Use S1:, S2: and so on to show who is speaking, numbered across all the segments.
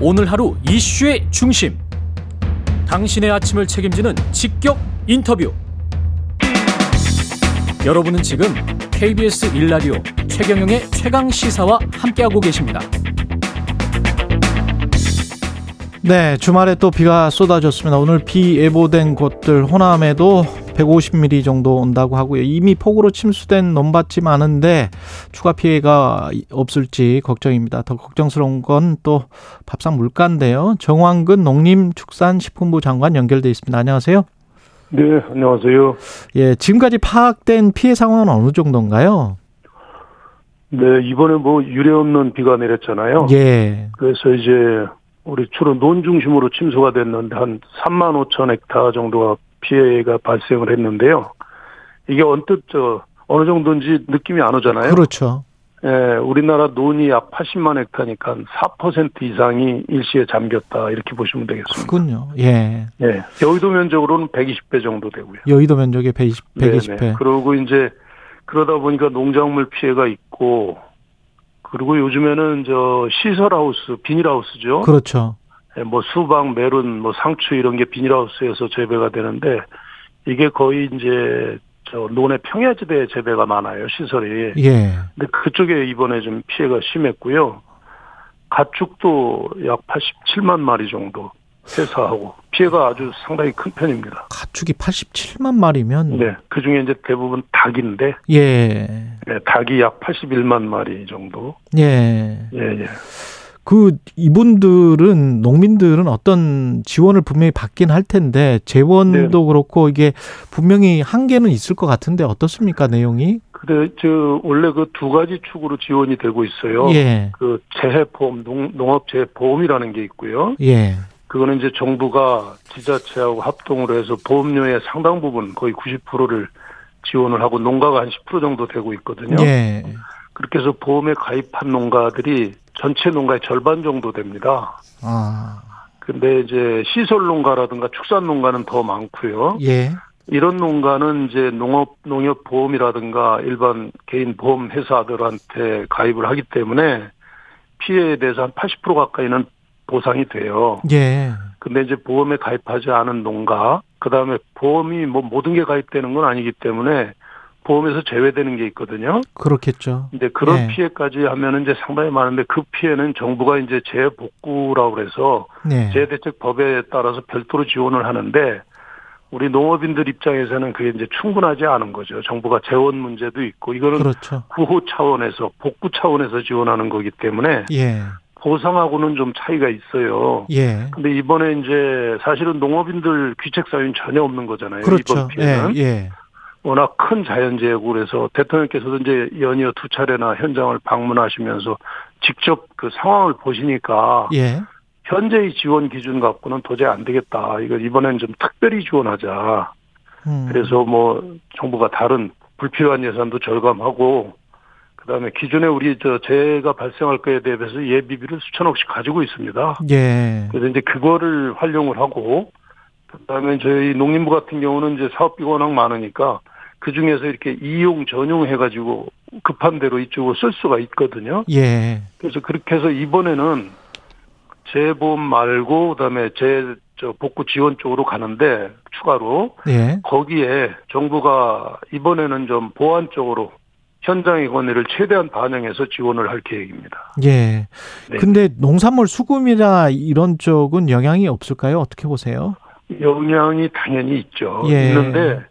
S1: 오늘 하루 이슈의 중심. 당신의 아침을 책임지는 직격 인터뷰. 여러분은 지금 KBS 일라디오 최경영의 최강 시사와 함께하고 계십니다.
S2: 네, 주말에 또 비가 쏟아졌습니다. 오늘 비 예보된 곳들 호남에도 150mm 정도 온다고 하고요. 이미 폭우로 침수된 논밭이 많은데 추가 피해가 없을지 걱정입니다. 더 걱정스러운 건 또 밥상 물가인데요. 정황근 농림축산식품부 장관 연결돼 있습니다. 안녕하세요.
S3: 네, 안녕하세요.
S2: 예, 지금까지 파악된 피해 상황은 어느 정도인가요?
S3: 네, 이번에 뭐 유례 없는 비가 내렸잖아요.
S2: 예.
S3: 그래서 이제 우리 주로 논 중심으로 침수가 됐는데 한 3만 5천 헥타 정도가 피해가 발생을 했는데요. 이게 언뜻 저 어느 정도인지 느낌이 안 오잖아요.
S2: 그렇죠.
S3: 예, 우리나라 논이 약 80만 헥타니까 한4% 이상이 일시에 잠겼다 이렇게 보시면 되겠습니다.
S2: 그군요. 예.
S3: 예, 여의도 면적으로는 120배 정도 되고요.
S2: 여의도 면적의 120,
S3: 네네.
S2: 120회.
S3: 그러고 이제 그러다 보니까 농작물 피해가 있고 그리고 요즘에는 저 시설하우스 비닐하우스죠.
S2: 그렇죠.
S3: 예, 뭐 수박, 메론, 뭐 상추 이런 게 비닐하우스에서 재배가 되는데 이게 거의 이제 저 논의 평야지대에 재배가 많아요 시설이.
S2: 예.
S3: 근데 그쪽에 이번에 좀 피해가 심했고요. 가축도 약 87만 마리 정도 회사하고 피해가 아주 상당히 큰 편입니다.
S2: 가축이 87만 마리면
S3: 네, 그 중에 이제 대부분 닭인데
S2: 예.
S3: 네, 닭이 약 81만 마리 정도.
S2: 예.
S3: 예, 예.
S2: 그 이분들은 농민들은 어떤 지원을 분명히 받긴 할 텐데 재원도
S3: 네.
S2: 그렇고 이게 분명히 한계는 있을 것 같은데 어떻습니까 내용이?
S3: 근데 저 원래 그 두 가지 축으로 지원이 되고 있어요.
S2: 예.
S3: 그 재해보험, 농, 농업재해보험이라는 게 있고요.
S2: 예.
S3: 그거는 이제 정부가 지자체하고 합동으로 해서 보험료의 상당 부분 거의 90%를 지원을 하고 농가가 한 10% 정도 되고 있거든요.
S2: 예.
S3: 그렇게 해서 보험에 가입한 농가들이 전체 농가의 절반 정도 됩니다.
S2: 아.
S3: 근데 이제 시설 농가라든가 축산 농가는 더 많고요.
S2: 예.
S3: 이런 농가는 이제 농업 농협 보험이라든가 일반 개인 보험 회사들한테 가입을 하기 때문에 피해에 대해서 한 80% 가까이는 보상이 돼요.
S2: 예.
S3: 근데 이제 보험에 가입하지 않은 농가, 그다음에 보험이 뭐 모든 게 가입되는 건 아니기 때문에 보험에서 제외되는 게 있거든요.
S2: 그렇겠죠.
S3: 근데 그런
S2: 예.
S3: 피해까지 하면은 이제 상당히 많은데 그 피해는 정부가 이제 재복구라고 그래서
S2: 네.
S3: 재대책 법에 따라서 별도로 지원을 하는데 우리 농업인들 입장에서는 그게 이제 충분하지 않은 거죠. 정부가 재원 문제도 있고 이거는
S2: 그렇죠.
S3: 구호 차원에서 복구 차원에서 지원하는 거기 때문에
S2: 예.
S3: 보상하고는 좀 차이가 있어요.
S2: 예.
S3: 근데 이번에 이제 사실은 농업인들 귀책 사유는 전혀 없는 거잖아요.
S2: 그렇죠.
S3: 네, 이번
S2: 예.
S3: 피해는
S2: 예.
S3: 워낙 큰 자연재해고 그래서 대통령께서도 이제 연이어 두 차례나 현장을 방문하시면서 직접 그 상황을 보시니까
S2: 예.
S3: 현재의 지원 기준 갖고는 도저히 안 되겠다. 이거 이번엔 좀 특별히 지원하자.
S2: 음.
S3: 그래서 뭐 정부가 다른 불필요한 예산도 절감하고 그다음에 기존에 우리 저 재해가 발생할 거에 대해서 예비비를 수천억씩 가지고 있습니다.
S2: 예.
S3: 그래서 이제 그거를 활용을 하고 그다음에 저희 농림부 같은 경우는 이제 사업비가 워낙 많으니까 그 중에서 이렇게 이용 전용 해가지고 급한 대로 이쪽으로 쓸 수가 있거든요.
S2: 예.
S3: 그래서 그렇게 해서 이번에는 재보험 말고 그다음에 재저 복구 지원 쪽으로 가는데 추가로
S2: 예.
S3: 거기에 정부가 이번에는 좀 보완 쪽으로 현장의 권위를 최대한 반영해서 지원을 할 계획입니다.
S2: 예.
S3: 네.
S2: 근데 농산물 수금이나 이런 쪽은 영향이 없을까요? 어떻게 보세요?
S3: 영향이 당연히 있죠.
S2: 예.
S3: 있는데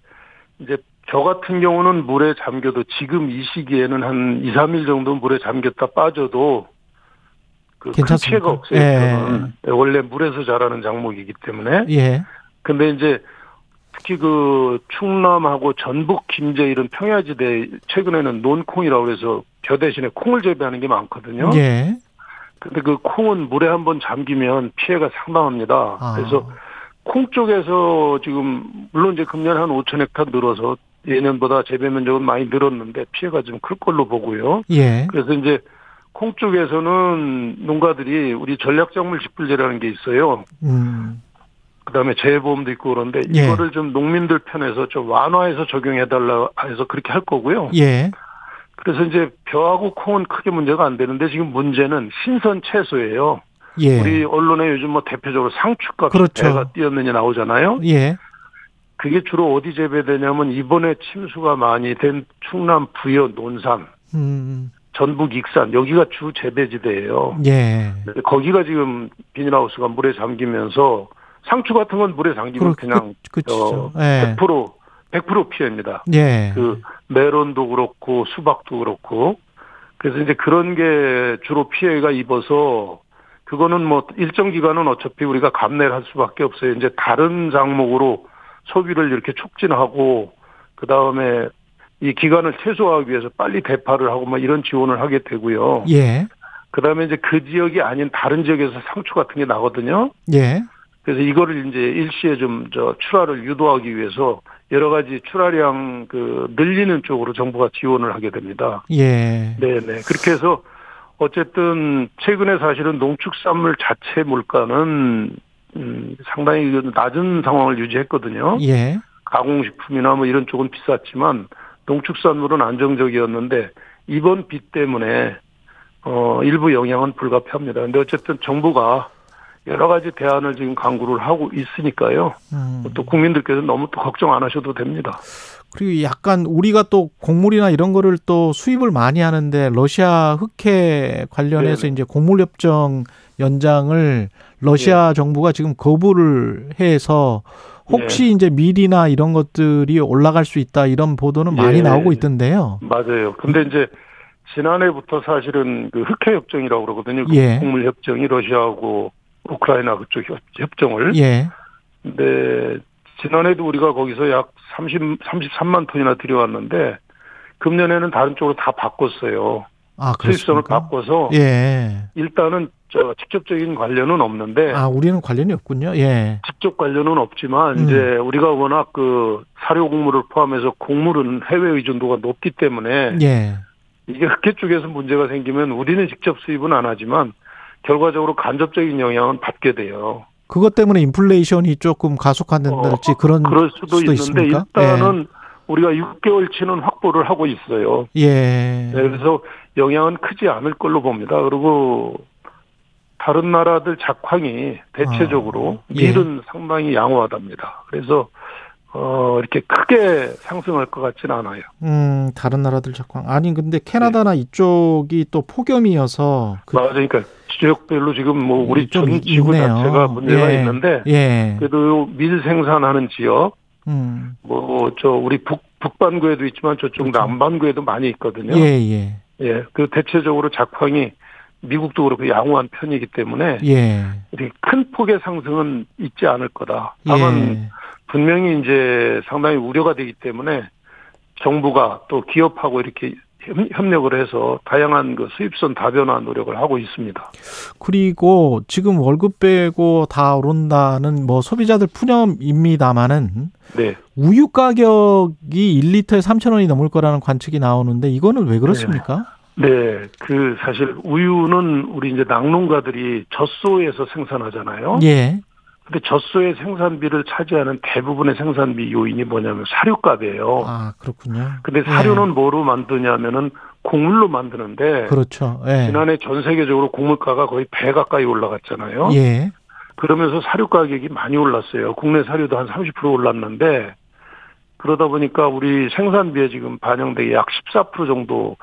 S3: 이제 저 같은 경우는 물에 잠겨도 지금 이 시기에는 한 2, 3일 정도 물에 잠겼다 빠져도 그큰
S2: 괜찮습니까?
S3: 피해가 없어요.
S2: 예.
S3: 저는. 원래 물에서 자라는 작목이기 때문에
S2: 예.
S3: 근데 이제 특히 그 충남하고 전북 김제 이런 평야지대 최근에는 논콩이라고 그래서 벼 대신에 콩을 재배하는 게 많거든요.
S2: 예.
S3: 근데 그 콩은 물에 한번 잠기면 피해가 상당합니다.
S2: 아.
S3: 그래서 콩 쪽에서 지금 물론 이제 금년 한 5천 헥타 늘어서 예년보다 재배 면적은 많이 늘었는데 피해가 좀 클 걸로 보고요.
S2: 예.
S3: 그래서 이제 콩 쪽에서는 농가들이 우리 전략작물 직불제라는 게 있어요.
S2: 음.
S3: 그다음에 재해보험도 있고 그런데
S2: 예.
S3: 이거를 좀 농민들 편에서 좀 완화해서 적용해달라 해서 그렇게 할 거고요.
S2: 예.
S3: 그래서 이제 벼하고 콩은 크게 문제가 안 되는데 지금 문제는 신선 채소예요.
S2: 예.
S3: 우리 언론에 요즘 뭐 대표적으로 상추값
S2: 그렇죠.
S3: 배가 뛰었느냐 나오잖아요.
S2: 예.
S3: 그게 주로 어디 재배되냐면 이번에 침수가 많이 된 충남 부여 논산,
S2: 음.
S3: 전북 익산 여기가 주 재배지대예요.
S2: 예.
S3: 거기가 지금 비닐하우스가 물에 잠기면서 상추 같은 건 물에 잠기면
S2: 그렇
S3: 그냥
S2: 그렇죠.
S3: 어,
S2: 예.
S3: 100% 100% 피해입니다.
S2: 예.
S3: 그 메론도 그렇고 수박도 그렇고 그래서 이제 그런 게 주로 피해가 입어서 그거는 뭐 일정 기간은 어차피 우리가 감내를 할 수밖에 없어요. 이제 다른 장목으로 소비를 이렇게 촉진하고 그 다음에 이 기간을 최소화하기 위해서 빨리 대파를 하고 막 이런 지원을 하게 되고요.
S2: 예.
S3: 그 다음에 이제 그 지역이 아닌 다른 지역에서 상추 같은 게 나거든요.
S2: 예.
S3: 그래서 이거를 이제 일시에 좀 저 출하를 유도하기 위해서 여러 가지 출하량 그 늘리는 쪽으로 정부가 지원을 하게 됩니다.
S2: 예.
S3: 네네 그렇게 해서 어쨌든 최근에 사실은 농축산물 자체 물가는 음, 상당히 낮은 상황을 유지했거든요.
S2: 예.
S3: 가공식품이나 뭐 이런 쪽은 비쌌지만 농축산물은 안정적이었는데 이번 비 때문에 어 일부 영향은 불가피합니다. 근데 어쨌든 정부가 여러 가지 대안을 지금 강구를 하고 있으니까요.
S2: 음.
S3: 또 국민들께서 너무 또 걱정 안 하셔도 됩니다.
S2: 그리고 약간 우리가 또 곡물이나 이런 거를 또 수입을 많이 하는데 러시아 흑해 관련해서
S3: 네네.
S2: 이제 곡물 협정 연장을 러시아
S3: 네.
S2: 정부가 지금 거부를 해서
S3: 네.
S2: 혹시 이제 밀이나 이런 것들이 올라갈 수 있다 이런 보도는 많이
S3: 예.
S2: 나오고 있던데요.
S3: 맞아요. 근데 이제 지난해부터 사실은 그 흑해 협정이라고 그러거든요. 그
S2: 예.
S3: 곡물 협정이 러시아하고 우크라이나 그쪽 협- 협정을
S2: 예.
S3: 근데 네. 지난해도 우리가 거기서 약 30, 33만 톤이나 들여왔는데 금년에는 다른 쪽으로 다 바꿨어요.
S2: 아,
S3: 수입선을
S2: 그렇습니까?
S3: 바꿔서
S2: 예.
S3: 일단은 저 직접적인 관련은 없는데
S2: 아, 우리는 관련이 없군요. 예.
S3: 직접 관련은 없지만
S2: 음.
S3: 이제 우리가 워낙 그 사료 곡물을 포함해서 곡물은 해외 의존도가 높기 때문에
S2: 예.
S3: 이게 흑해 쪽에서 문제가 생기면 우리는 직접 수입은 안 하지만 결과적으로 간접적인 영향은 받게 돼요.
S2: 그것 때문에 인플레이션이 조금 가속화된다든지 그런
S3: 어, 그럴 수도,
S2: 음, 수도
S3: 있는데
S2: 있습니까?
S3: 일단은 우리가 6개월치는 확보를 하고 있어요.
S2: 예.
S3: 네, 그래서 영향은 크지 않을 걸로 봅니다. 그리고 다른 나라들 작황이 대체적으로
S2: 아, 예.
S3: 밀은 상당히 양호하답니다. 그래서 어 이렇게 크게 상승할 것 같지는 않아요.
S2: 음, 다른 나라들 작황. 아니, 근데
S3: 네.
S2: 캐나다나 이쪽이 또 폭염이어서. 그- 음,
S3: 맞아, 그러니까 지역별로 지금 뭐 우리
S2: 좀
S3: 전 지구
S2: 있네요.
S3: 자체가 문제가
S2: 예.
S3: 있는데
S2: 예.
S3: 네. 그래도 밀 생산하는 지역,
S2: 음.
S3: 뭐 저 우리 북 북반구에도 있지만 저쪽
S2: 그렇죠.
S3: 남반구에도 많이 있거든요.
S2: 예, 예.
S3: 예, 그 대체적으로 작황이 미국도 그렇고 양호한 편이기 때문에
S2: 예.
S3: 이렇게 큰 폭의 상승은 있지 않을 네. 거다. 다만
S2: 예.
S3: 분명히 이제 상당히 우려가 되기 때문에 정부가 또 기업하고 이렇게 협- 협력을 해서 다양한 그 수입선 다변화 노력을 하고 있습니다.
S2: 그리고 지금 월급 빼고 다 오른다는 뭐 소비자들 푸념입니다만은
S3: 네.
S2: 우유 가격이 1리터에 3,000원이 넘을 거라는 관측이 나오는데 이거는 왜 그렇습니까?
S3: 네. 그 사실 우유는 우리 이제 낙농가들이 젖소에서 생산하잖아요.
S2: 예.
S3: 근데 젖소의 생산비를 차지하는 대부분의 생산비 요인이 뭐냐면 사료값이에요.
S2: 아, 그렇군요.
S3: 어. 근데
S2: 예.
S3: 사료는 뭐로 만드냐면은 곡물로 만드는데
S2: 그렇죠. 예.
S3: 지난해 전 세계적으로 곡물가가 거의 배 가까이 올라갔잖아요.
S2: 예.
S3: 그러면서 사료 가격이 많이 올랐어요. 국내 사료도 한 30% 올랐는데 그러다 보니까 우리 생산비에 지금 반영되게 약 14% 정도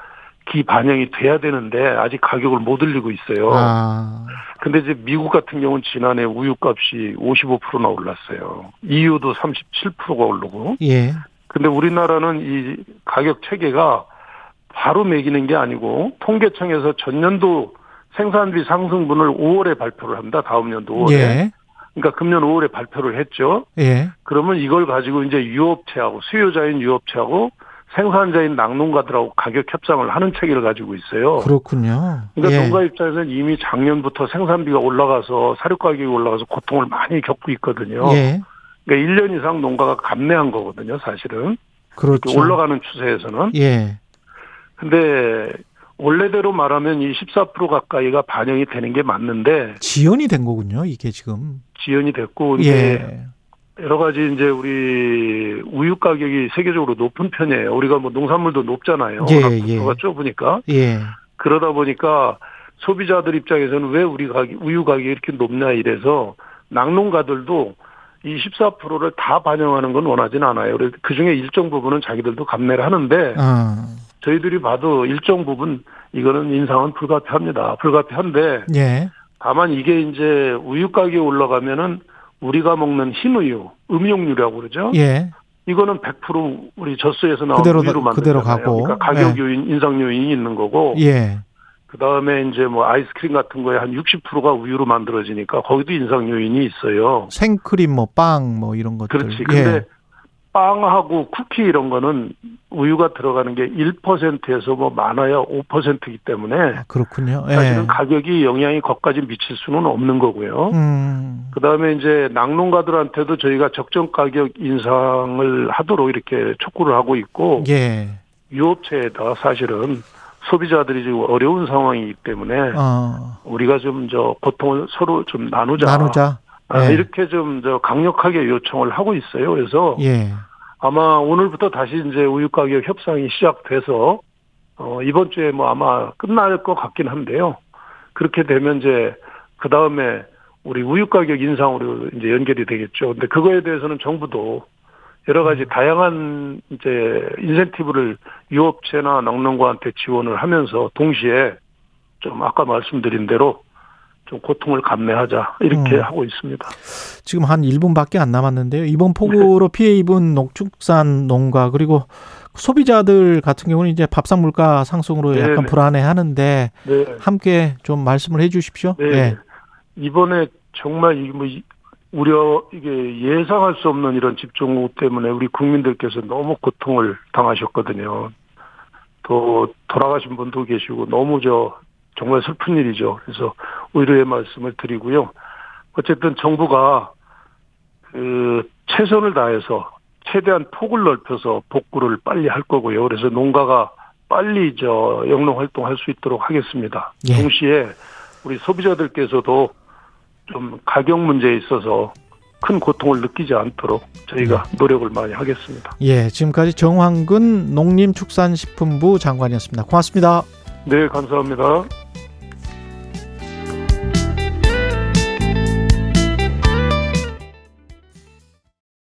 S3: 기 반영이 돼야 되는데 아직 가격을 못 올리고 있어요.
S2: 아.
S3: 근데 이제 미국 같은 경우는 지난해 우유값이 55%나 올랐어요. EU도 37%가 오르고.
S2: 예.
S3: 근데 우리나라는 이 가격 체계가 바로 매기는 게 아니고 통계청에서 전년도 생산비 상승분을 5월에 발표를 합니다. 다음 년도 5월에.
S2: 예.
S3: 그러니까 금년 5월에 발표를 했죠.
S2: 예.
S3: 그러면 이걸 가지고 이제 유업체하고 수요자인 유업체하고 생산자인 낙농가들하고 가격 협상을 하는 체계를 가지고 있어요.
S2: 그렇군요. 예.
S3: 그러니까 농가 입장에서는 이미 작년부터 생산비가 올라가서 사료 가격이 올라가서 고통을 많이 겪고 있거든요.
S2: 예.
S3: 그러니까 1년 이상 농가가 감내한 거거든요, 사실은.
S2: 그렇죠.
S3: 올라가는 추세에서는.
S2: 예.
S3: 근데 원래대로 말하면 이 14% 가까이가 반영이 되는 게 맞는데
S2: 지연이 된 거군요. 이게 지금.
S3: 지연이 됐고 근데
S2: 예.
S3: 여러 가지 이제 우리 우유 가격이 세계적으로 높은 편이에요. 우리가 뭐 농산물도 높잖아요.
S2: 예,
S3: 워낙
S2: 예.
S3: 부가 좁으니까
S2: 예.
S3: 그러다 보니까 소비자들 입장에서는 왜 우리 가격, 우유 가격이 이렇게 높냐 이래서 낙농가들도 이 14%를 다 반영하는 건 원하진 않아요. 그래서 그 중에 일정 부분은 자기들도 감내를 하는데
S2: 아,
S3: 저희들이 봐도 일정 부분 이거는 인상은 불가피합니다. 불가피한데
S2: 예.
S3: 다만 이게 이제 우유 가격이 올라가면은 우리가 먹는 흰우유, 음용유라고 그러죠.
S2: 예.
S3: 이거는 100% 우리 젖소에서 나온
S2: 그대로
S3: 우유로
S2: 가-
S3: 만든
S2: 그대로 가고.
S3: 그러니까 가격 요인, 인상 요인이 있는 거고
S2: 예.
S3: 그다음에 이제 뭐 아이스크림 같은 거에 한 60%가 우유로 만들어지니까 거기도 인상 요인이 있어요.
S2: 생크림 뭐 빵 뭐 이런 것들.
S3: 그렇지.
S2: 예.
S3: 근데 빵하고 쿠키 이런 거는 우유가 들어가는 게 1%에서 뭐 많아야 5%이기 때문에
S2: 아, 그렇군요. 예.
S3: 사실은 가격이 영향이 거기까지 미칠 수는 없는 거고요.
S2: 음.
S3: 그다음에 이제 낙농가들한테도 저희가 적정 가격 인상을 하도록 이렇게 촉구를 하고 있고
S2: 예.
S3: 유업체에다 사실은 소비자들이 지금 어려운 상황이기 때문에
S2: 어.
S3: 우리가 좀 저 고통을 서로 좀 나누자.
S2: 나누자.
S3: 아,
S2: 예.
S3: 이렇게 좀 저 강력하게 요청을 하고 있어요. 그래서
S2: 예.
S3: 아마 오늘부터 다시 이제 우유 가격 협상이 시작돼서 어 이번 주에 뭐 아마 끝날 것 같긴 한데요. 그렇게 되면 이제 그 다음에 우리 우유 가격 인상으로 이제 연결이 되겠죠. 근데 그거에 대해서는 정부도 여러 가지 다양한 이제 인센티브를 유업체나 낙농가한테 지원을 하면서 동시에 좀 아까 말씀드린 대로 좀 고통을 감내하자 이렇게
S2: 음.
S3: 하고 있습니다.
S2: 지금 한 1분밖에 안 남았는데요. 이번 폭우로 피해 입은 농축산 농가 그리고 소비자들 같은 경우는 이제 밥상 물가 상승으로 약간
S3: 네네.
S2: 불안해 하는데
S3: 네.
S2: 함께 좀 말씀을 해 주십시오.
S3: 네.
S2: 예.
S3: 이번에 정말 이뭐 이- 우려 이게 예상할 수 없는 이런 집중호 때문에 우리 국민들께서 너무 고통을 당하셨거든요. 또 돌아가신 분도 계시고 너무 저 정말 슬픈 일이죠. 그래서 의료의 말씀을 드리고요. 어쨌든 정부가 그 최선을 다해서 최대한 폭을 넓혀서 복구를 빨리 할 거고요. 그래서 농가가 빨리 저 영농 활동할 수 있도록 하겠습니다.
S2: 예.
S3: 동시에 우리 소비자들께서도 좀 가격 문제에 있어서 큰 고통을 느끼지 않도록 저희가 노력을 많이 하겠습니다.
S2: 예, 지금까지 정황근 농림축산식품부 장관이었습니다. 고맙습니다.
S3: 네, 감사합니다.